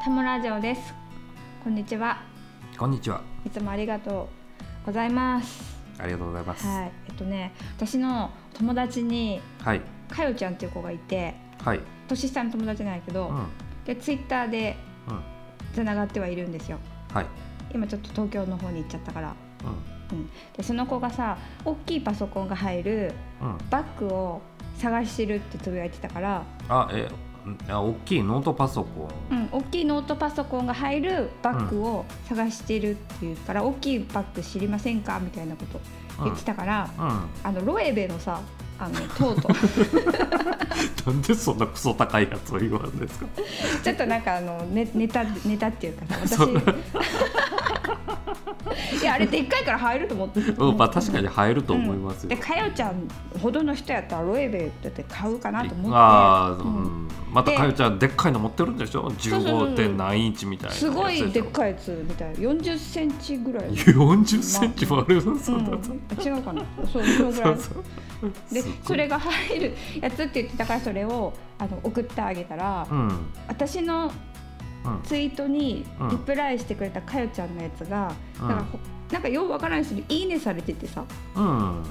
タモラジオですこんにちはこんにちは。いつもありがとうございますありがとうございます。はいえっとね私の友達にはい。かよちゃんっていう子がいてはい。年下の友達なんやけど、うん。うん。でツイッターでつながってはいるんですよはい。今ちょっと東京の方に行っちゃったからうでその子がさ大きいパソコンが入るん。うん。バッグを探してるってつぶやいてたから、あ、え、んあ、大きいノートパソコうン。ん、大きいノートパソコンが入るバッグを探してるっていうから、大きいバッグ知りませんかみたいなこと言ってたから、うん。あのロエベのさあ のトートなんでそんなクソ高いやつを言わんですか。ちょっとなんかあのネネタネタっていうかさ そんな私 いやあれでっかいから入ると思ってうん、まあ、確かに入ると思いますよ。でかよちゃんほどの人やったらロエベだって買うかなと思ってああ、ううんん、またでかよちゃんでっかいの持ってるんでしょそうそう15点何インチみたいなすごいでっいかいやつみたいな40センチぐら い、 40センチもあるよそうんんなやつ、違うかなそうそのぐ そらういそうですごいそれが入るやつって言ってたからそれをあの送ってあげたら、うんうん私のツイートにうんリプライしてくれたかよちゃんのやつが、うんなんかこなんかようわからない人に「いいね」されててさうん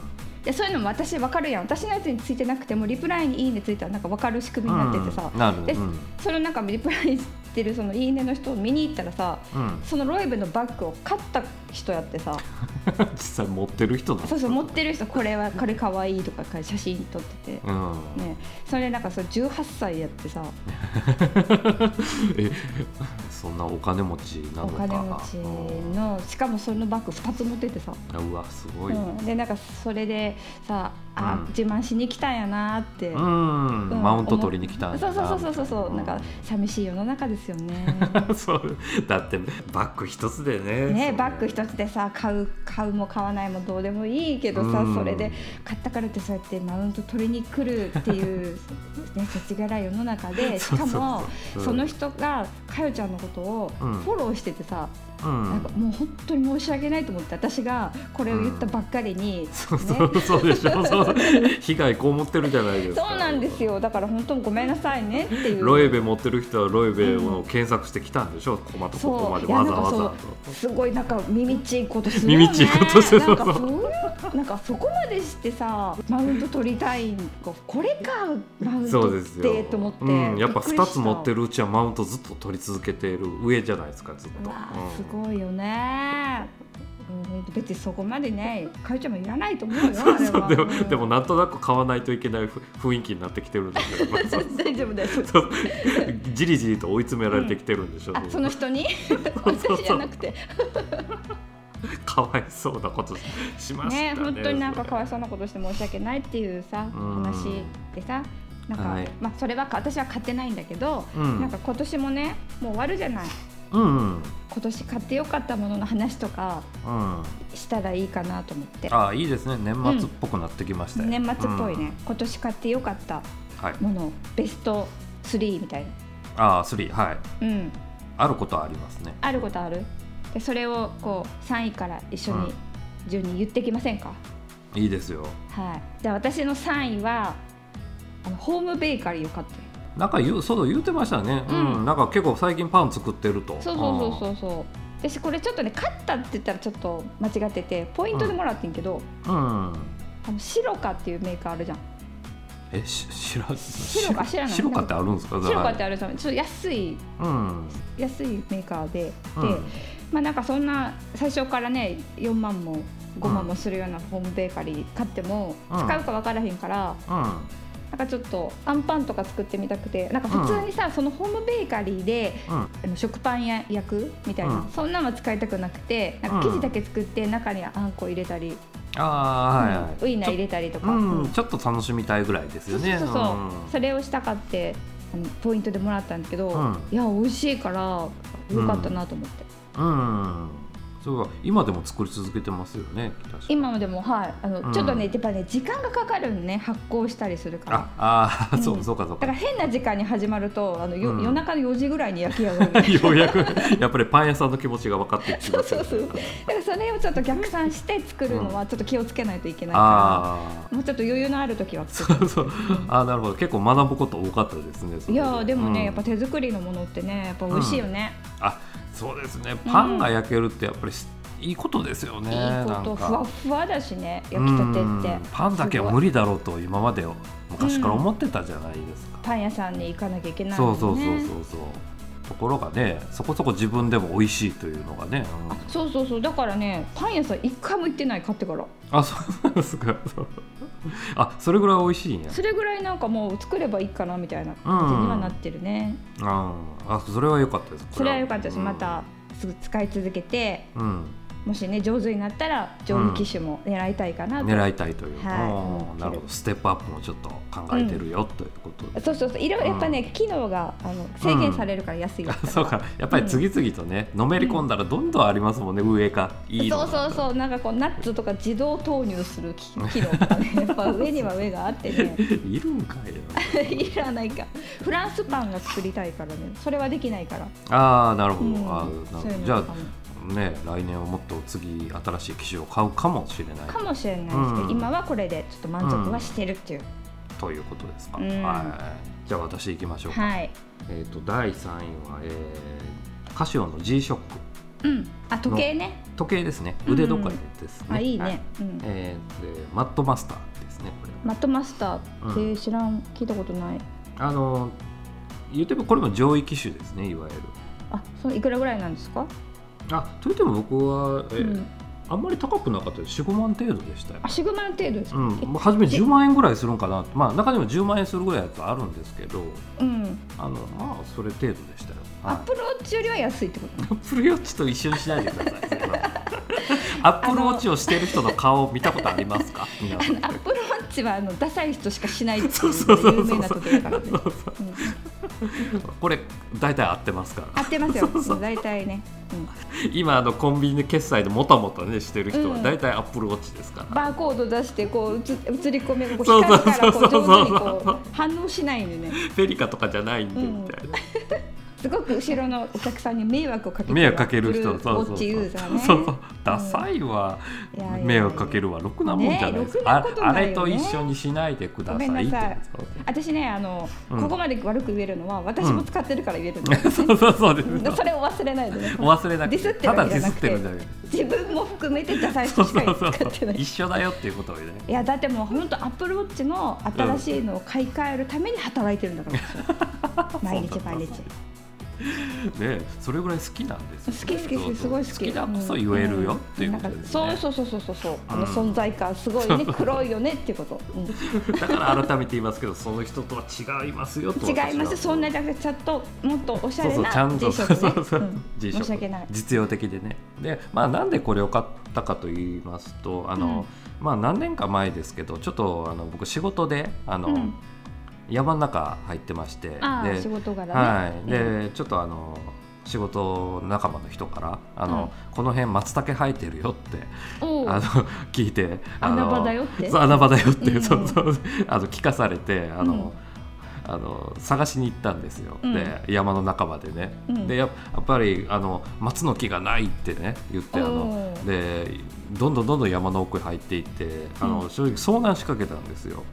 いやそういうのも私わかるやん私のやつについてなくてもリプライに「いいね」ついたらなんかわかる仕組みになっててさ、うん、なるでうんそれをなんかリプライしてるその「いいね」の人を見に行ったらさうん、そのロイブのバッグを買った人やってさ実際持ってる人だそうそう持ってる人これはこれかわいいとか写真撮ってて。うん、ね、それなんかそう18歳やってさ えそんなお金持ちなおのか金持ちのしかもそのバッグ2つ持っててさ、うんうわすごういうん、ん、でなんかそれでさあ、うん自慢しに来たんやなって、うんマウント取りに来たんそだうなそうそうそうそう、みなたいんか寂しい世の中です よねそうだってバッグ一つでねねそうバッグ一つでさ買う買うも買わないもどうでもいいけどさ、うんそれで買ったからってそうやってマウント取りに来るっていう、ね、世知辛い世の中でし そうかそうそうもうんその人がかよちゃんのことをうんフォローしててさ、うんなんかもう本当に申し訳ないと思って私がこれを言ったばっかりに、ねそうそうそうでしょ、そう被害こうってるじゃないですかそうなんですよだから本当にごめんなさいねっていうロエベ持ってる人はロエベを検索してきたんでしょ、こまとここまでいやわざわざなんかそうすごいなんか耳ちいことするよね耳ちいことするなんかそういうなんかそこまでしてさマウント取りたいこれかマウンそトうでっすよてと思って、うん、やっぱ2つ持ってるるうちはマウントずっと取り続けている上じゃないですかずっと、わうんあすごいよね、うん、別にそこまでねかゆちゃんもいらないと思うよ そうそうあれではもで もなんとなく買わないといけないふ雰囲気になってきてるんですよそう大丈夫だよそうじりじりと追い詰められてきてるんでしょ、あその人にうそう 私じゃなくて かわいそうなことしましたねね本当になんかかわいそそうなことして申し訳ないっていうさうん話でさなんか、はいまあそれは私は買ってないんだけど、れうんなんか今年もねもう終わるじゃないうんうん今年買ってよかったものの話とかうんしたらいいかなと思ってあいいですね年末っぽくなってきましたよ、年末っぽいね、うん今年買ってよかったはいものベスト3みたいなあ3はういんあることはありますねあることあるでそれをこう3位から一緒うにん順に言ってきませんか、いいですよはいじゃあ私の3位はあのホームベーカリーを買ってるなんか言うそう言うてましたね、うんうんなんか結構最近パン作ってるとそうそうそううそうそう私これちょっとね買ったって言ったらちょっと間違っててポイントでもらってんけど、そう、うん、あのシロカっていうメーカーあるじゃんえし知ら白か知らない白かってあるんですかシロカってああるじゃんちょっと安いるうん安いメーカーでで、うんまあなんかそんな最初からね4万も5万もするようなホームベーカリー買ってもうん使うか分からへんから、うんなんかちょっとアンパンとか作ってみたくてなんか普通にさ、そのホームベーカリーでうんあの食パンや焼くみたいな、うんそんなんは使いたくなくてなんか生地だけ作って中にあんこ入れたり、うんウあーはいはいインナー入れたりとうか、ん、うんちょっと楽しみたいぐらいですそようそうねそうそう、それをしたかってあのポイントでもらったんだけど、うんいや美味しいからよかったなと思って、うんうんそうか今でも作り続けてますよね確か今までもはいあの、うんちょっとねやっぱね時間がかかるんね発酵したりするからああー、うんそうそうかそうだからか変な時間に始まるとあのよ、うん夜中の4時ぐらいに焼き上がるだ かようやくやっぱりパン屋さんの気持ちが分かってきますよねそうそうらそれをちょっと逆算して作るのはちょっと気をつけないといけないかあら、もうちょっと余裕のある時は作るあ そうあーなるほど結構学ぶこと多かったですねそれいやーでもね、うんやっぱ手作りのものってねやっぱ美味しいよね、あそうですねパンが焼けるってやっぱりしいいことですよねいいこなとんふかわっふわだしね焼きたてうんってパンだけは無理だろうと今まで昔から思ってたじゃないですか、パン屋さんに行かなきゃいけないそもんうねそうそうそうそうところがねそこそこ自分でも美味しいというのがね、うんあそうそうそうだからねパン屋さん一回も行ってない買ってからあそうなんですかそうあそれぐらい美味しいんやそれぐらいなんかもう作ればいいかなみたいな感じにはなってるね、あーあそれは良かったですそれは良かったです、うんまたすぐ使い続けてうんもしね上手になったら上位機種も狙いたいかなと、狙いたいという、はいうんなるほどステップアップもちょっと考えてるよ、ということでそうそうそういろやっぱね、機能があの制限されるから安い、あ そうかやっぱり次々とね、のめり込んだらどんどんありますもんね、上がいいのそがうそうそうなんかこうナッツとか自動投入する機機能とかねやっぱ上には上があってねいるんかいよ いらないかフランスパンが作りたいからねそれはできないから、ああなるほうど、んあーなそうるいうほどのじゃとかもあね来年はもっと次新しい機種を買うかもしれないかもしれないですけど、うん今はこれでちょっと満足はしてるっていう、ということですか、うんはいじゃあ私行きましょうか、はいえっ、と第三位は、えー、カシオの G ショックうんあ時計ね時計ですねうん腕時計ですね、あいいね、はうんえーでマットマスターですねこれはマットマスターってう知らん、聞いたことないあの言ってもこれも上位機種ですねいわゆるあそのいくらぐらいなんですか、あといっても僕は、えーうん、あんまり高くなかったです45万程度でしたよあシグマン程度ですうか、ん、もう初め10万円ぐらいするんかなとまあ中でも10万円するぐらいのやつあるんですけどうん、あのまあそれ程度でしたよ、アはいップルウォッチよりは安いって ことアップルウォッチと一緒にしないでください それはアップルウォッチをしてる人の顔見たことありますか皆さんアップルウォッチはあのダサい人しかしないっていうそうそうそうそう有名な時計だからね、そうそううん、これ大体合ってますから合ってますようん大体ね、うん、今あのコンビニで決済でもたもたねしてる人はうん大体アップルウォッチですから、バーコード出してこううつ映り込みがこそううそう光からこうそう上手にそうそこうう反応しないんでねフェリカとかじゃないんでみたいな、すごく後ろのお客さんに迷惑をかけて迷惑かけるブ人ルーウォッチユーザーねそうそうダサいわ、いやいやいや迷惑かけるわろくなもんじゃないですねか、ろくなことああないよれねと一緒にしないでくださいごめんなさいそう私ねあの、うんここまで悪く言えるのは私も使ってるから言えるんだよ、そうそうそうですそれを忘れないでねお忘れなくディスっててるたわだけデじゃィなスくっててるんじゃない自分も含めてダサい人そうしそかう使そうってない一緒だよっていうことをねいやだってもう本当アップルウォッチの新しいのを買い替えるために働いてるんだ から、私毎日毎日ねそれぐらい好きなんです好よき好き好きそうそうすごい好き好きだこそ言えるよっていうことですなんかそねうそうそうそうそうあのうん存在感すごい ね黒いよねっていうこと、うんだから改めて言いますけどその人とは違いますよと私は違いますそんなだけちゃんともっとおしゃそうれそうなちゃんと G シそョうッそクうそうねうん G シ申ョックし訳ない実用的でねでまあなんでこれを買ったかと言いますとあの、まあ何年か前ですけどちょっとあの僕仕事であの、うん山の中入ってましてああで仕事柄ね、はい、で、うんちょっとあの仕事仲間の人からあの、この辺松茸生えてるよっておうあの聞いてあの穴場だよってそう穴場だよって、うんそうそうあの聞かされてあうんの、あの探しに行ったんですよ、うんで山の中までね、うんでややっぱりあの松の木がないってね言ってあのおでどんどんどんどん山の奥へ入っていってあの、う正直遭難しかけたんですよ。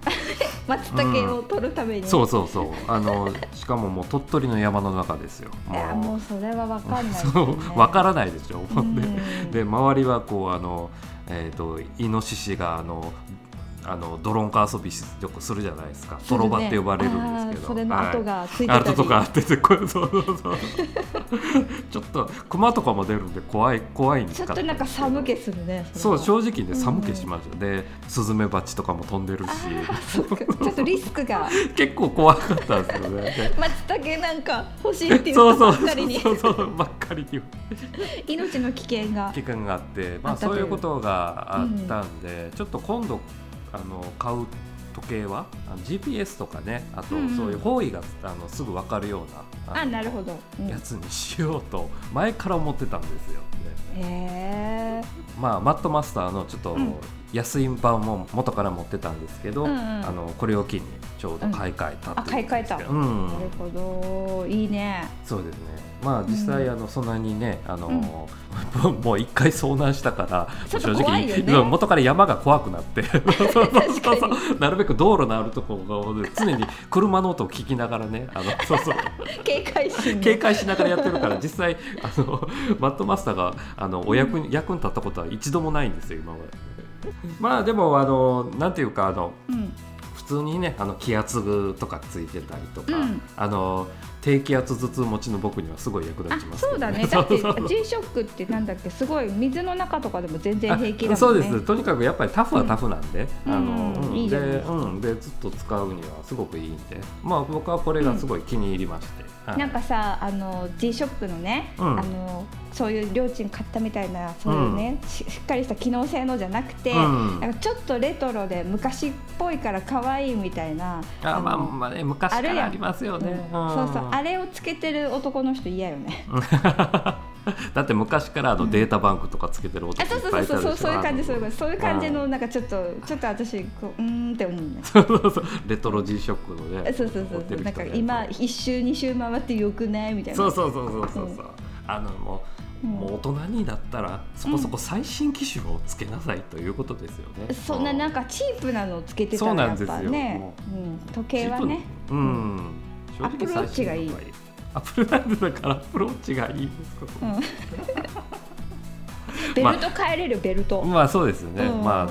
松茸を取るために、そうそうそうあのしかももう鳥取の山の中ですよ。いやもうそれはわかんないですね、そう分からないでしょ、ほんでうんで周りはこうあの、えー、とイノシシがあのあの泥んこ遊びしよくするじゃないですか泥場って呼ばれるんであーすけど、それの跡がついてはたり、い、跡とかあっててこれそうそうそう ちょっと熊とかも出るんで怖い怖いんでちすょっとなんか寒気するねれそうは正直ね寒気しました、でスズメバチとかも飛んでるしあーそっかちょっとリスク が結構怖かったんですよね。 で松茸なんか欲しい って言そっうたそばうっそかりにうそうばっかりに命の危険が期間があって、まああ、ったそとういういうことがあったんで、ちょっと今度あの買う時計はあの GPS とかねあとうんうんそういう方位があのすぐ分かるようなああのなるほど、うん、やへつにしようと前から思ってたんですよ。でえまあ、マットマスターのちょっとうん安い版も元から持ってたんですけど、うんうんあのこれを機にちょうど買い替えたっていうことですけどううんなるほどいいねそうですね。まあ実際うあのそんなにね、あの もう一回遭難したから、ちょっと怖いよねうん元から山が怖く なって、そうそうそうかそうなるべく道路のあるところを常に車の音を聞きながらね、あ のそうそう警戒心ね警戒しながらやってるから実際あの マットマスターがあのお役に、役に立ったことは一度もないんですよ今ま で。まあでもあのなんていうかあのうん普通にねあの気圧とかついてたりとか、うんあの低気圧頭痛持ちの僕にはすごい役立あちますけそどう だねだってそうそう G ショックってなんだっけすごい水の中とかでも全然平気だもんねあそうですとにかくやっぱりタフはタフなんで、うんあのうんうんいいじゃで,、ないですかうん、でずっと使うにはすごくいいんでまあ僕はこれがすごい気に入りまして、はいなんかさあの G ショップのね、うんあのそういう料金買ったみたいなそういうね、ししっかりした機能性のじゃなくて、うんなんかちょっとレトロで昔っぽいから可愛いみたいなあまあのまあね昔かあるやらんありますよね、うんんそうそうあれをつけてる男の人嫌よね だって昔からあのデータバンクとかつけてる男あいっぱそういいそたうでそしょうそうそういう感じそういう感じそういう感じうのなんかちょっとちょっと私こううーんって思うね そうそうそうレトロ G ショックのねそうそうそ持っうてそうるなん人かね今一周二周回ってよくないみたいなそうそうそうそうそうそう。あのうもう、んもう大人になったらそこそこ最新機種をつけなさいということですよね。そんななんかかチープなのをつけてたそうらなやんっですよぱね、うん、時計はね。うん。正ア直ップルウォッチがいい最新の方アップルなんだからアップルウォッチがいいですか。うんベルト変えれるベルト、まあそうですね。うんまあ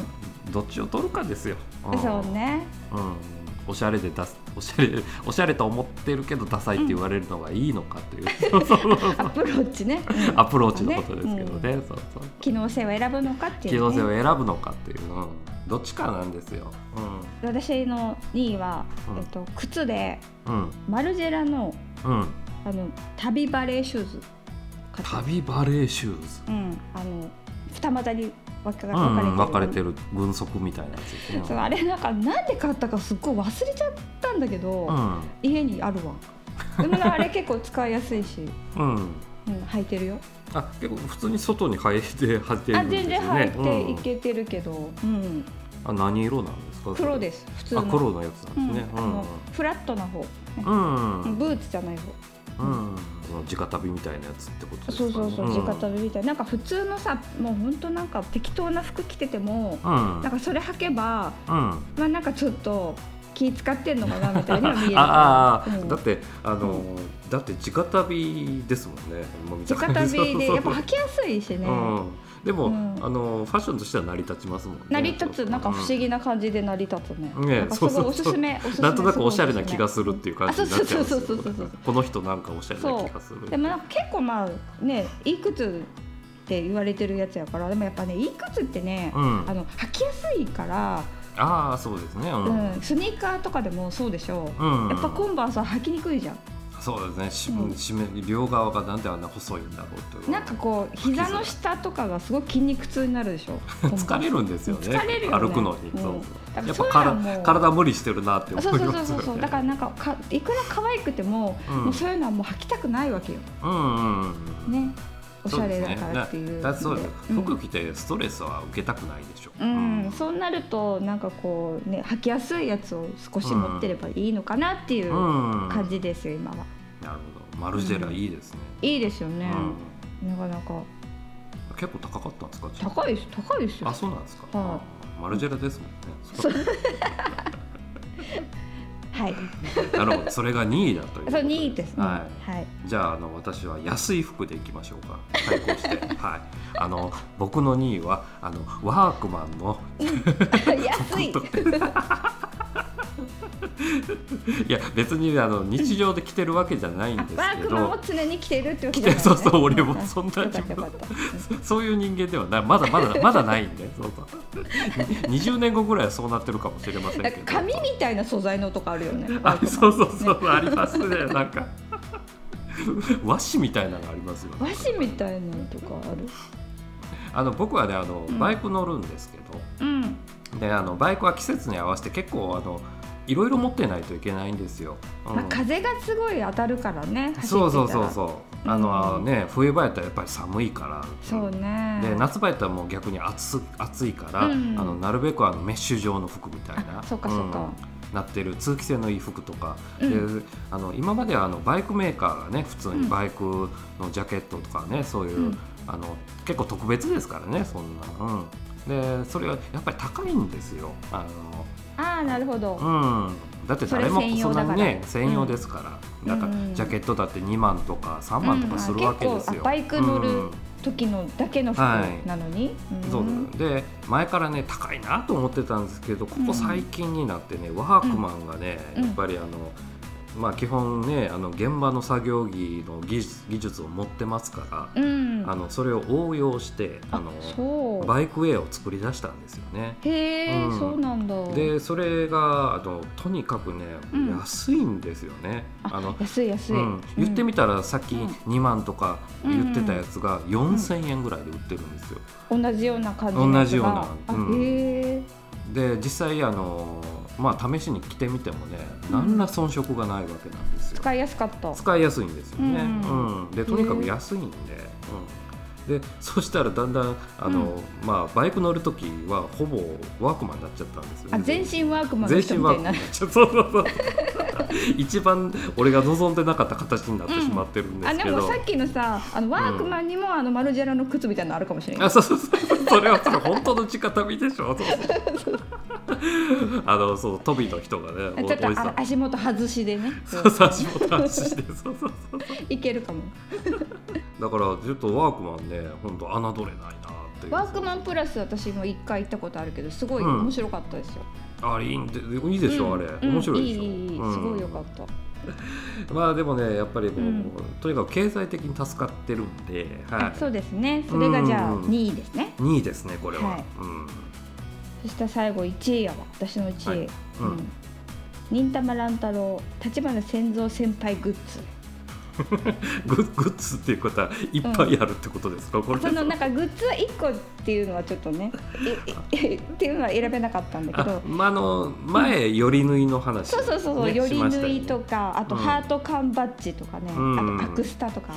どっちを取るかですよ。んそう。ねうん。おしゃれで出すおしゃれ おしゃれと思ってるけどダサいって言われるのがいいのか という、そうそうそうアプローチ ね、うんアプローチのことですけどね。そうそう。機能性を選ぶのかってい機う、能性をね、選ぶのかっていう、うんどっちかなんですよ。私の2位は、うんえっと、靴でうん、うん、マルジェラのうん。あの旅バレーシューズ買った旅バレーシューズ。うん、あの二股に分かれてうる、ん、うん分かれてる軍足みたいなやつですね。そうあれなんかなんで買ったかすっごい忘れちゃったんだけど、家にある わでもなあれ結構使いやすいし、うん、うん。うん、履いてるよあ、結構普通に外に履いて履いてるあんです全よね。然履いてうんいけてるけど、うん、あ、何色なんですか。。黒ですす普通のあ、黒のやつなんですねう。んあのフラットな方、うん、うん、ブーツじゃない方うん。その直旅みたいなやつってことですかそうね。そうそう、ん直旅みたいななんか普通のさもうほんとなんか適当な服着てても、うんな、んかそれ履けばうん。まあなんかちょっと気使ってんのかなみたいには見える ああ、うんだってあの、だって直旅ですもんね。もう見た直感じ旅でやっぱそう履きやすいしね、そうそううん、でも、うんあのファッションとしては成り立ちますもんね。成り立つなんか不思議な感じで成り立つね。うんねなんかすごいそうそうおすすめおすすめなんとなくおしゃれな気がするっていう感じになっちゃうんですあそうそうよそうそうそうそう。この人なんかおしゃれな気がする。でもなんか結構まあねいい靴って言われてるやつやからでもやっぱねいい靴ってね、うんあ、の履きやすいから、ああそうですね。う。うんんスニーカーとかでもそうでしょう、うんやっぱコンバースは履きにくいじゃん、そうですね。し、うんしめ両側がなんであんな細いんだろうという。なんかこう膝の下とかがすごい筋肉痛になるでしょ 疲れるんですよね。疲れるよね歩くのに。そううんやっぱだからそうかいうのはもらう体無理してるなってそ思ういそうまそうすよそうそね。う だからなんかかいくら可愛くても,、うんもうそういうのはもう履きたくないわけようんうんうんうん。ねおしゃれだからっていうだそうですうん服着てストレスは受けたくないでしょうん、そうなるとなんかこうね履きやすいやつを少し持ってればいいのかなっていううん感じですよ、今はなるほどマルジェラいいですね、いいですよねう、んなかなか結構高かったんですかちょっと高いです高いですよあそうなんですか、はマルジェラですもんねそうはいなるほどそれが2位だということそう2位ですねははい、い、じゃああの私は安い服でいきましょうか対抗 してはいあの僕の2位はあのワークマンの安いいや別にあの日常で着てるわけじゃないんあですけどワークマンも常に着てるってわけじゃない、ね、 そうそう俺もそんなよかったよかったそういう人間ではない、まだまだまだないんで、そうそう。20年後ぐらいはそうなってるかもしれませんけなんどか。紙みたいな素材のとかあるよねあワークマンそうそうそう、ありますね、なんか。和紙みたいなのありますよ、和ね。紙みたいなのとかあるあの僕はね、あのうんバイク乗るんですけど、うんであのバイクは季節に合わせて結構あのいろいろ持ってないといけないんですよ。うんまあ、風がすごい当たるからね走ってたそらうそうそうそうあの、うんね冬場やったらやっぱり寒いからそうねで夏場やったらもう逆に暑暑いから、うんあのなるべくあのメッシュ状の服みたいなあそうかそうかんなってる通気性のいい服とか、うであの今まではあのバイクメーカーがね普通にバイクのジャケットとかねそういう、うんあの結構特別ですからねそんな、うん、でそれはやっぱり高いんですよあのああなるほど、うん、だって誰そもれ専そ用んだなからにね専用ですから、うんだかうんらジャケットだって2万とか3万とうんかするわけですあ結構あよ。バイク乗るうん時のだけの服はいなのに、うんそうで前からね高いなと思ってたんですけどここ最近になってね、ワークマンがね、うんやっぱりあの、まあ、基本ねあの現場の作業着の技術技術を持ってますから、うんあのそれを応用してあのそうバイクウェアを作り出したんですよね。へえ、うんそうなんだでそれがあのとにかくね、うん安いんですよね。ああの安い安い、うん、言ってみたらさっきうん2万とか言ってたやつが4,000円ぐらいで売ってるんですよ。同じような感じのやつが同じようなあうんへえで実際あの、まあ、試しに着てみてもねうん何ら遜色がないわけなんですよ。使いやすかった使いやすいんですようね。うんんでとにかく安いんで。うん、でそしたらだんだんあの、まあ、バイク乗る時はほぼワークマンになっちゃったんですよね、あ全身ワークマンの全人身みたワいーにクなマンるになっちゃった。そうそうそう一番俺が望んでなかった形になってしまってるんであすけでど。もさっきのさあのワークマンにも、あのマルジェラの靴みたいなのあるかもしれないあそうそうそうそうそれはそれ本当の地下旅でしょそうあのそう飛びの人がねちおょっとおじさあん足元外しでねそうそう足元足してそうそうそういけるかもだからちょっとワークマンね本当侮れないなっていうワークマンプラス私も一回行ったことあるけどすごいうん面白かったですよ、あれいいんでいいでしょ、うんあれ面白いでしょ、うんいいいいいいうんすごいよかった、まあでもねやっぱりもう、うんとにかく経済的に助かってるんで、はあそうですねそれがじゃあうん2位ですね、い、2位ですねこれは、はいうんそして最後1位やわ私の1位、はいうんうん忍たま乱太郎立花仙蔵先輩グッズグッグッズっていうことはいっぱいあるってことですか、これそのなんかグッズ1個っていうのはちょっと ねいいっていうのは選べなかったんだけあど、まあ、あの前より縫いの話、そうそうそうそう、ねよりしました縫よねいとかあとうんハート缶バッジとかね、うんあとパクスタとか、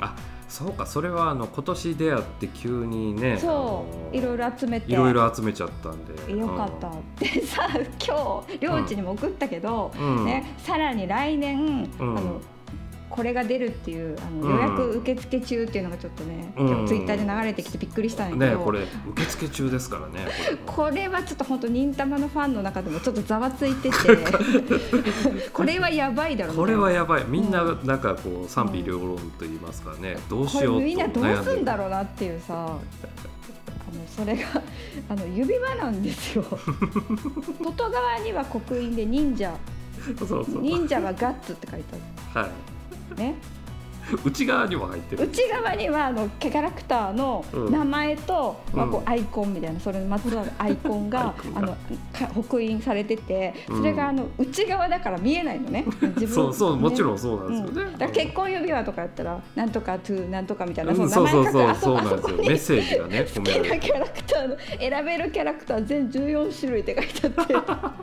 あそうかそれはあの今年出会って急にねそういろいろ集めていろいろ集めちゃったんでよかった、でさ今日領地にも送ったけど、うん、うんね、さらに来年、うんあのこれが出るっていうあのうん予約受付中っていうのがちょっとね、うん今日ツイッターで流れてきてびっくりしたんやけねど、これ受付中ですからねここれはちょっと本当忍たまのファンの中でもちょっとざわついてて これはやばいだろれうこれはやばいみんななんかこう賛否両論と言いますかね、どうしこれようとみんなどうすんだろろうなっていうさあのそれが あの指輪なんです よ外側には刻印で忍者うそうそう、忍者はガッツって書いてはい、あるね内側にも入ってる内側にはあのキャラクターのうん名前と、まあ、こううんアイコンみたいなそれにまつわるアイコンがアイコン があのか刻印されててそれうがんあの内側だから見えないのね自分そうそうもちんろんそうなんですよね、だから結婚指輪とかやったら「なんとかトゥなんとか」みたいな、うんそそうの名そう前書くそうあそうそなんあそでこすよにメッセージがね込好めらきれなて キャラクターの選べるキャラクター全14種類って書いてあって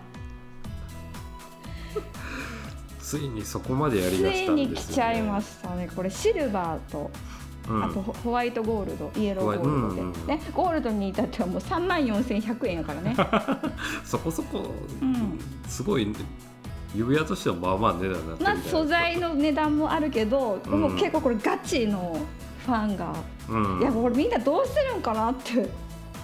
ついにそこまでやりつだしいたんですよ、ね、に来ちゃいましたねこれシルバーとうん、あとホホワイトゴールドイエローゴールドで、ホワイトうんね、ゴールドに至ってはもう3万4100円や からねそこそこ、うんすごい、ね、指輪としてはまあまあ値段になってるまあみたいな素材の値段もあるけど、うんもう結構これガチのファンが、うんいやこれみんなどうするんかなって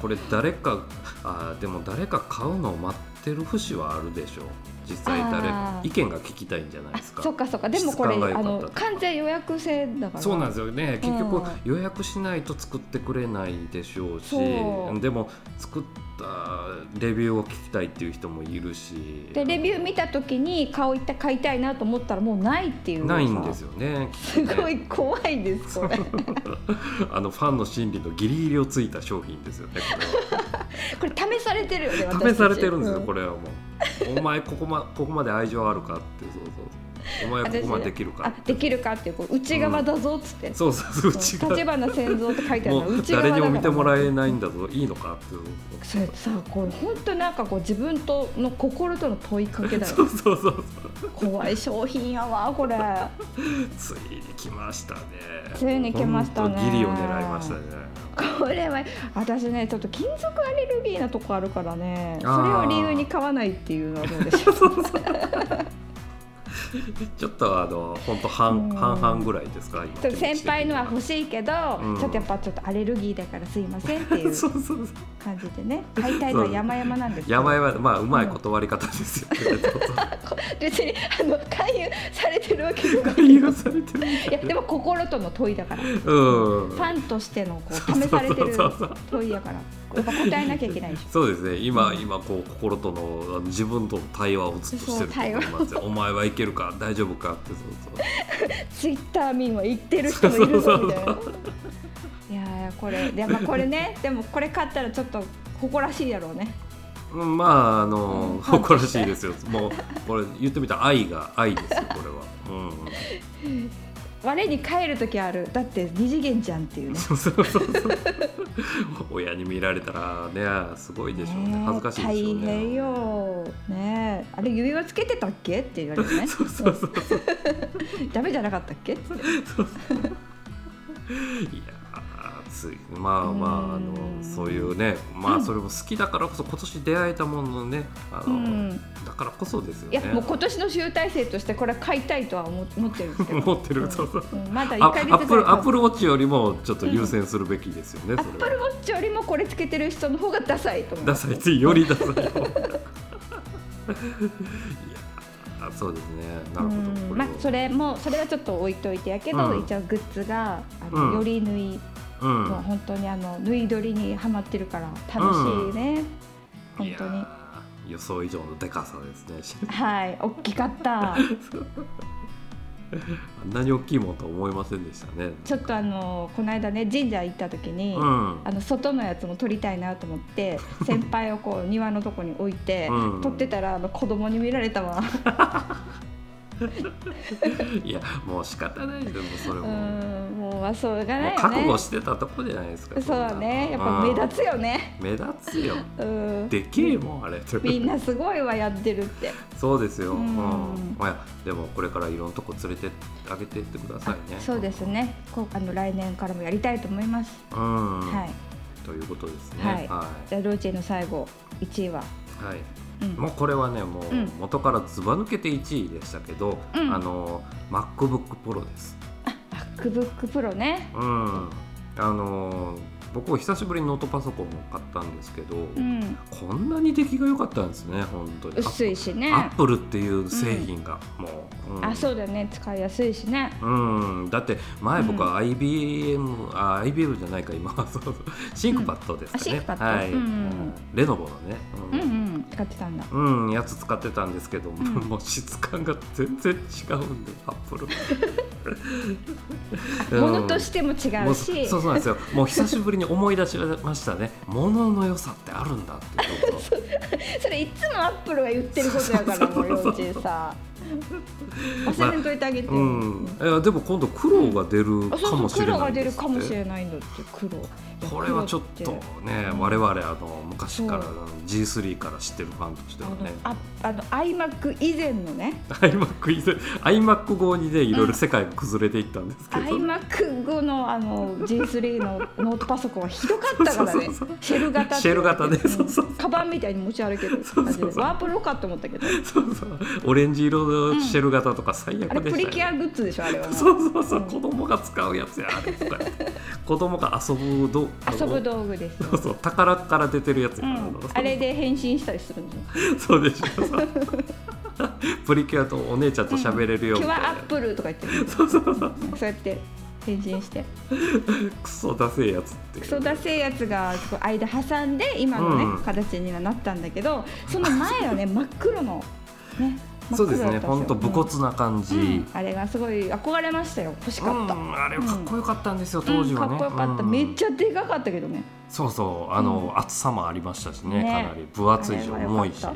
これ誰かあーでも誰か買うのを待ってる節はあるでしょう実際誰あー意見が聞きたいんじゃないあですかそっかそっかでもこれ質感が良あかったの完全予約制だからそうなんですよね結う局ん予約しないと作ってくれないでしょうしそうでも作ったレビューを聞きたいっていう人もいるしでレビュー見た時に顔いった買いたいなと思ったらもうないっていうないんですよよねきすっとねごい怖いです これこあのファンの心理のギリギリをついた商品ですよねこれはれ試されてるよね私たち試されてるんですよ、う これはもうお前ここ,、ま、ここまで愛情あるかってそうそうお前はここまでできるかあできるかっていうこう内側だぞっつって、そうそうそううちが立花仙蔵って書いてあるものはう内側誰だにからも見てもらえないんだぞいいのかっていうそうさこれ本当なんかこう自分との心との問いかけだよ そうそうそう怖い商品やわこれそうついに来ましたねついに来ましたね本当ギリを狙いましたねこれは私ねちょっと金属アレルギーなとこあるからねあーそれを理由に買わないっていうのはどうでしょうちょっとあの本当半うん半々ぐらいですか今ちょっと先輩のは欲しいけど、うんちょっとやっぱちょっとアレルギーだからすいませんっていう そうそうそう感じでね買いたいのは山々なんですけど山はまあうまい断り方ですよね、別にあの勧誘されてるわけじゃない勧誘されてるみたいいやでも心との問いだからフうんァンとしてのこう試されてるそうそうそう問いやからやっぱ答えなきゃいけないで しょそうですね今、うん今こう心とのあの自分との対話をずっとしてると思いますよお前はいけるか大丈夫かってそうそうツイッター民は言ってる人もいるぞそうそうそうみたいないやーこれで、まあ、これねでもこれ買ったらちょっと誇らしいやろうねうんまああの、うん誇らしいですよもうこれ言ってみたら愛が愛ですよこれは、我に帰る時あるだって二次元じゃんっていううん、ねそうそうそうそう親に見られたらねすごいでしょうねねえ恥ずかしいでしょうね大変よねえあれ指輪つけてたっけって言われるねそうそうそうそうダメじゃなかったっけっていやーついまあまああうのんそういうねまあそれも好きだからこそ今年出会えたもののねあうの、んだからこそですよいやねもう今年の集大成としてこれは買いたいとは思思ってるんです けど 持っうてるんそうそううんまだあア1回出てップルアッルプルウォッチよりもちょっと優先するべきですよね、アそップれルウはォッチよりもこれつけてる人の方がダサいと思うダサいついよりダサいいやーそうですねなるほど、うこんれまをあ、それもそれはちょっと置いといてやけど、うん一応グッズがあの、うんより縫い、うんもう本当にあの縫い取りにはまってるから楽しいね、本当いにやー予想以上のデカさですねはい大きか ったあんなに大きいもんとは思いませんでしたねちょっとあのこの間ね神社行った時に、うんあの外のやつも撮りたいなと思って先輩をこう庭のとこに置いて、うん撮ってたらあの子供に見られたわいやもう仕方ないですよもうそれうも,、んもうまあしょうがもなうい覚よ悟ねしてたとこじゃないですかんなそうねやっぱ目立つよね目立つようんでけえもんあれみんなすごいわやってるってそうですよ、ううんんまあ、でもこれからいろんなとこ連れてってあげてってくださいねそうですねこうあの来年からもやりたいと思います、うん、はいということですねは、はいいはじゃあローチェの最後1位は、いうんもうこれはねもううん元からずば抜けて1位でしたけど、うんあの MacBookPro です、 MacBookPro ねうん、あの僕も久しぶりにノートパソコンを買ったんですけど、うんこんなに出来が良かったんですね本当に薄いしねアップルっていう製品が、もう、うんあそうだね使いやすいしねうん、だって前僕は IBM、あ IBM じゃないか今 はそうそうシンクパッドですかね、うんあシンクパッドはい、うんレノボのね、うんうん使ってたんだうんやつ使ってたんですけど、んもう質感が全然違うんでアッ プル物としても違うし、もうそうそうなんですよもう久しぶりに思い出しましたね物の良さってあるんだってこと それいつもアップルが言ってることやからもう幼稚園さ忘れんといてあげてよ、うん、いやでも今度黒が出るあかそもうしそうれ黒ながい出でるすかっもてしれないんだって黒いやこれはちょっ黒とてね、うん我々あの昔からそ G3 から知ってるファンとしてあのはねああの iMac 以前のね iMac 以前 iMac 号にねいろいろ世界が崩れていったんですけど、 iMac 後のあの G3 のノートパソコンはひどかったからねそうそうそうシェル型ってシェル型ねそうそうカバンみたいに持ち歩けるそうそうそうマジでワープロかと思ったけどそうそうオレンジ色のシェル型とか最悪でしあたれよ、プリキュアグッズでしょあれはもうそうそうそう子供が使うやつやあれとか子供が遊ぶど遊ぶ道具ですそうそう宝から出てるやつうや、ん、あれで変身したりするんですよそうでしょそうプリキュアとお姉ちゃんと喋れるよキみュアたいなアッ、プルとか言ってるそうそうそうそうやって変身してクソダセえやつっていうクソダセえやつがこう間挟んで今のね、うん形にはなったんだけどその前 はね真っ黒のねそうですね、ほ本ん当武骨な感じ。ううんうんんあれがすごい憧れましたよ欲しかった、あれかっこよかったんですよ、当時はね。うんかっこよかった、うんめっちゃでかかったけどねそうそう、あの、厚さもありましたしね、ねかなり分厚いし、あれは重いし。良かっ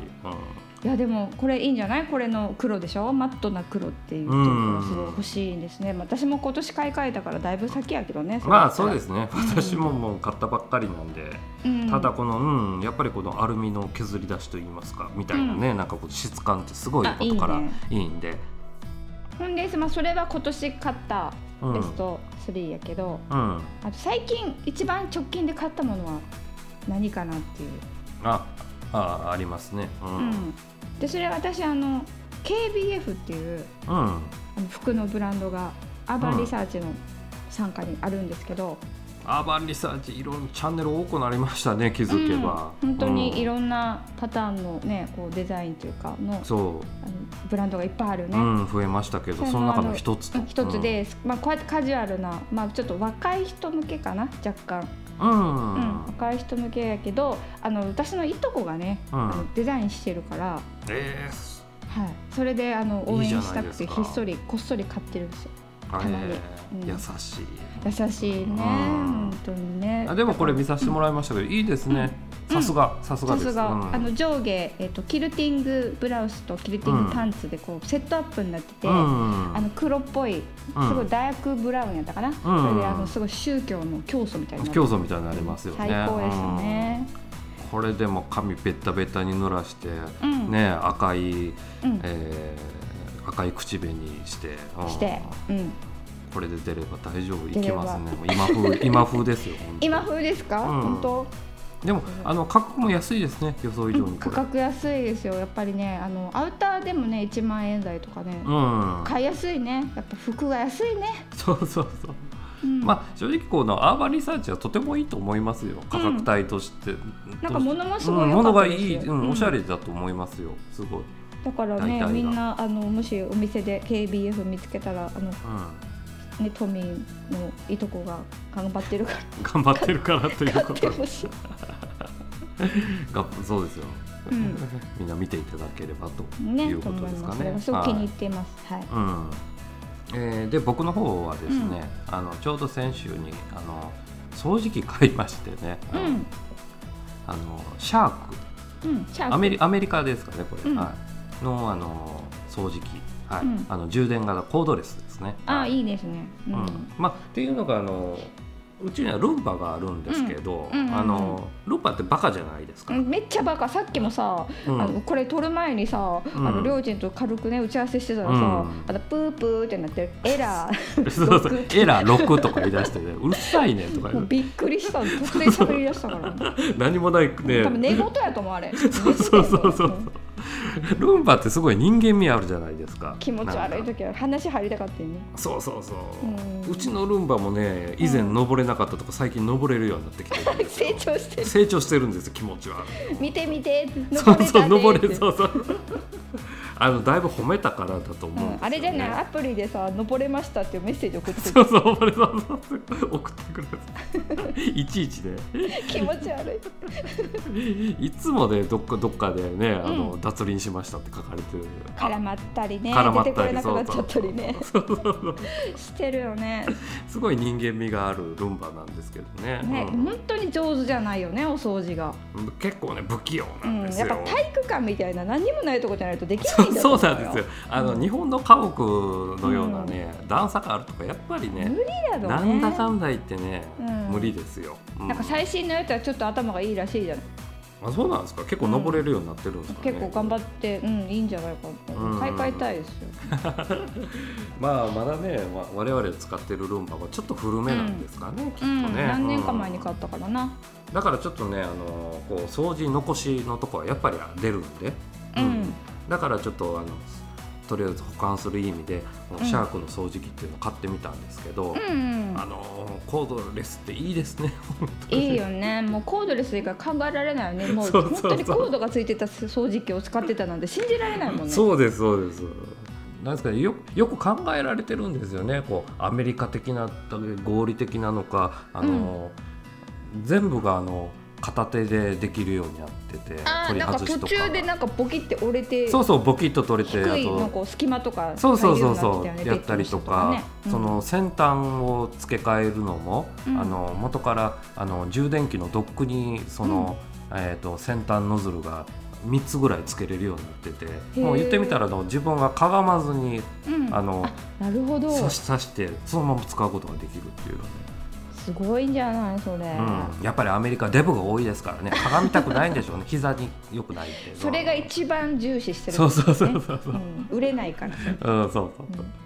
いやでもこれいいんじゃないこれの黒でしょマットな黒っていうところがすごい欲しいんですね、まあ私も今年買い替えたからだいぶ先やけどねまあそうですすね私ももう買ったばっかりなんで、ただこの、うん、やっぱりこのアルミの削り出しといいますかみたいなね、なんかこう質感ってすごいことからあいいねいいんで。ほんで、まあ、それは今年買ったうんベスト3やけど、うん、あと最近一番直近で買ったものは何かなっていう、ああありますね。うんう、ん、でそれ私あの KBF っていううん、あの服のブランドがアーバンリサーチの傘下にあるんですけど、アーバンリサーチいろんなチャンネル多くなりましたね気づけば、うん本当にいんろんなパターンの、ね、こうデザインというかのそあのブランドがいっぱいあるう、ね。うん増えましたけどその中の一つうん一つ、で、まあ、こうやってカジュアルな、まあ、ちょっと若い人向けかな若干、うんううんん、若い人向けやけどあの私のいとこがね、うんあのデザインしてるから、はえーい、それであの応いい援じゃないしたくでてすかひっそりこっそり買ってるんですよあたまにうん優しい優しいね、うん本当にねあでもこれ見させてもらいましたけど、いいですね、うんさすがさすがさですすが、うんあの上下、えっとキルティングブラウスとキルティンうんグパンツでこうセットアップになってて、うんあの黒っぽいうんすごいダークブラウンやったかな、それであのすごい宗教の教祖みたいな競争みたいになりますよね最高ですね、うんこれでも髪ベタベタに濡らして、うんね赤い、うんえー赤い口紅して、うんして、うん、これで出れば大丈夫い出きればますねもう今 風今風ですよ本当今風ですか、うん本当でもあの価格も安いですね予想以上うんにこ価れ格安いですよやっぱりねあのアウターでもね1万円台とかね、うん買いやすいねやっぱ服が安いね、そうそうそううんまあ正直このアーバンリサーチはとてもいいと思いますよ価格帯として、なんか物もすうごいん良か物ったがでいすい、ようん、おしゃれだと思いますよすごい、だから大体ねがみんなあのもしお店で KBF 見つけたらあの、うね、トミーのいとこが頑張ってるかん、頑張ってるから といらう買こってとほしい、がそうですようん みんな見ていただければといねうとこと思いですかますね。ねすごく気に入っていますはい、うんえーで僕の方はですね、あのちょうど先週にあの掃除機買いましてね、あうのんあのシャークうんシャークアメリアメリカですかねこれ、うんはい、のあの掃除機、はいうんあの充電型コードレスですね。あはいいいですねう、うんんまあ、っていうのがあのうちにはルンバがあるんですけど、うんうんうんうんあのルンバってバカじゃないですか。うんめっちゃバカさっきもさ、うんあのこれ撮る前にさ、あうのん両親と軽くね打ち合わせしてたらさ、うんあのプープーってなってるエラ ー そうそうエラー6とか言い出してね うるさいねとかも言ううびっくりしたの突然喋り出したから、何もないね多分寝言やと思うあれそう そうそうそうルンバってすごい人間味あるじゃないですか気持ち悪いなんか時は話入りたかったよ ねそうそうそううんうちのルンバもね以前登れなかったとこ最近登れるようになってきてるんですよ成長してる成長してるんですよ気持ち悪い見て見てそうそ登う登れたれねそうそう あのだいぶ褒めたからだと思うんですよ、うねんあれじゃないアプリでさ登れましたっていうメッセージ送って くそるうそう褒めそうそう送ってくるやついちいちね気持ち悪いいつもねどっかどっかでねあの、うん脱輪しましたって書かれてる絡まったりね絡ま出ったりてこれなくなっちゃったりねそうそうそうしてるよねすごい人間味があるルンバなんですけどねねうん本当に上手じゃないよねお掃除が結構ね不器用うなんんですやっよ、ぱ体育館みたいな何にもないとこじゃないとできないんだとそ思うなんですよあの、うん日本の家屋のようなね、段差があるとかやっぱりね無理やろなねんだかんだ言ってね、うん無理ですよ、うんなんか最新のやつはちょっと頭がいいらしいじゃないあそうなんですか結構登れるようになってるんですか、ね結構頑張ってうんいいんじゃないかうんな買い替えたいですよまあまだね、まあ、我々使ってるルンバはちょっと古めなんですかね、きっとうんね、何年か前にか買ったからなだからちょっとねあのこう掃除残しのとこはやっぱり出るんで、うんだからちょっとあのとりあえず保管する意味でこのうんシャークの掃除機っていうのを買ってみたんですけど、うん、うんあのコードレスっていいですね 本当にいいよねもうコードレス以外考えられ ないよねもうそうそうそう本当にコードがついてた掃除機を使ってたなんて信じられないもんねうそうですそうです。なんですかね、よよく考えられてるんですよねこうアメリカ的な合理的なのかあの、全部があの片手でできるようになっててあー取りなんか外し途とか中でなんかボキって折れてそうそうボキッと取れて低いのあとこう隙間とかそうそう入るそようになてたよそう、ねやったりとかベッドその下とかねの先端を付け替えるのも、うんあの元からあの充電器のドックにその、えー、と先端ノズルが3つぐらいつけれるようになっててーもう言ってみたらあの自分がかがまずにうん、あのなるほど刺し刺してそのまま使うことができるっていう、ねすごいんじゃないそれ、うん、やっぱりアメリカデブが多いですからねかがみたくないんでしょうね膝によくないっていうのはそれが一番重視してる、そうそうそうそうそううん、売れないからさ、うんそうそう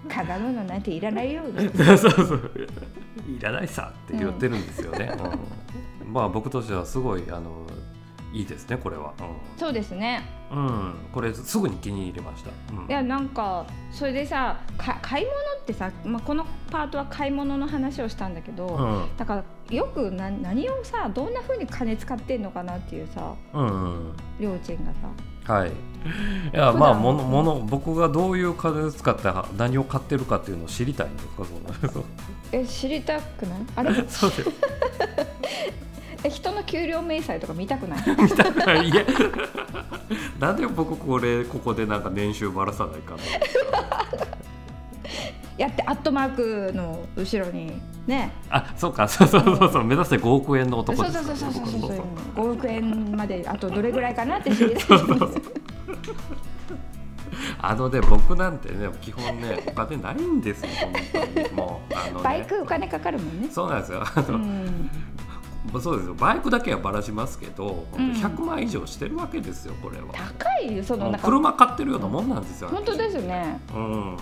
うん、かがむのなんていらないよ そうそうそういらないさって言ってるんですよね、うんまあ僕としてはすごいあのいいですねこれは、そうですねうんうん、これすぐに気に入りました、うんいやなんかそれでさか買い物ってさ、まあ、このパートは買い物の話をしたんだけど、うんだからよくな何をさどんな風に金使ってんのかなっていうさうんうん、りょうちんがさ はい。いやまあ普段ものもの僕がどういう金使っては何を買ってるかっていうのを知りたいんですかそのえ知りたくないあれ そうですえ人の給料明細とか見たくないいや なんで僕これここでなんか年収ばらさないかなやってアットマークの後ろにねあそうかそうそうそうそう目指せ5億円のそう男そうですそうそうそうそうそう僕の5億円まであとどれぐらいかなって知りたい あのね僕なんてね基本ねお金ないんですよ本当にもうあの、ね、バイクお金かかるもんねそうなんですよあうのんまあそうですよバイクだけはばらしますけど、うん100万以上してるわけですよこれは高いよそのもうなんか車買ってるようなもんなんですよ、本当ですねうん、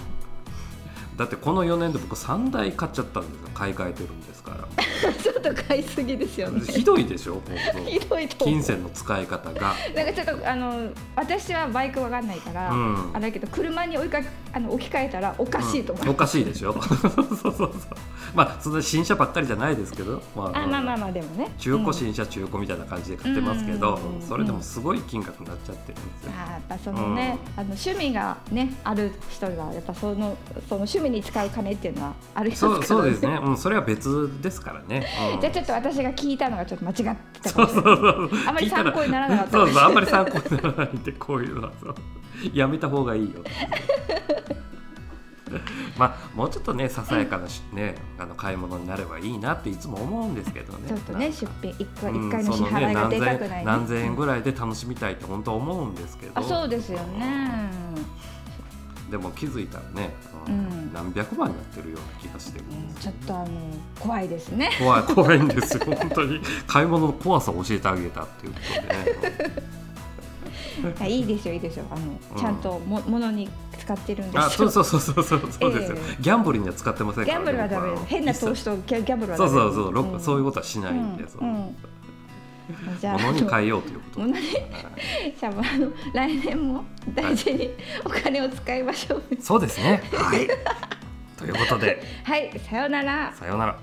だってこの4年で僕3台買っちゃったんですよ買い替えてるんですから ちょっと買いすぎですよね。ひどいでしょ 本ひどい当と思金う。銭の使い方が、なんかちょっとあの私はバイクわかんないから、うんあれだけど車に追いかあの置き換えたらおかしいと思う。うんおかしいでしょ そうそうそうまあそんな新車ばっかりじゃないですけど、まあまあまあまあでもね。中古うん新車中古みたいな感じで買ってますけうんど、うんうんうんそれでもすごい金額になっちゃってるんですよ、あーやっぱそのね、あの趣味がねある人がやっぱそのその趣味に使う金っていうのはある人そうそうですね。ね、うん、それは別ですからね、う んじゃあちょっと私が聞いたのがちょっと間違ってたかそうもそしれうそないうあまり参考にならなかった そうそうあんまり参考にならないんでこういうのはそう やめた方がいいよ まあもうちょっとねささやかなし、ねあの買い物になればいいなっていつも思うんですけどねちょっとねなんか出品一回うん一回の支そ払いがでかくね、何千ない円ね何千円ぐらいで楽しみたいって本当は思うんですけどあそうですよね。でも気づいたらね、ううん何百万になってるような気がしてるんですちょっとあの怖いですね。怖い怖いんですよ 本当に買い物の怖さを教えてあげたっていうことでねいやいいですよいいですよあの、うんちゃんともものに使ってるんですよあそうそうそうそうそうそうですよ、えギャンブルには使ってませんギかャら、ンブルはダメです変な投資とギャギャンブルはそダうメそうそう、ロックそういうこことはしないんで、そううんもうんじゃあのに変えようということ物にじゃああの来年も大事にお金を使いましょうそうですねはいということではいさようならさようなら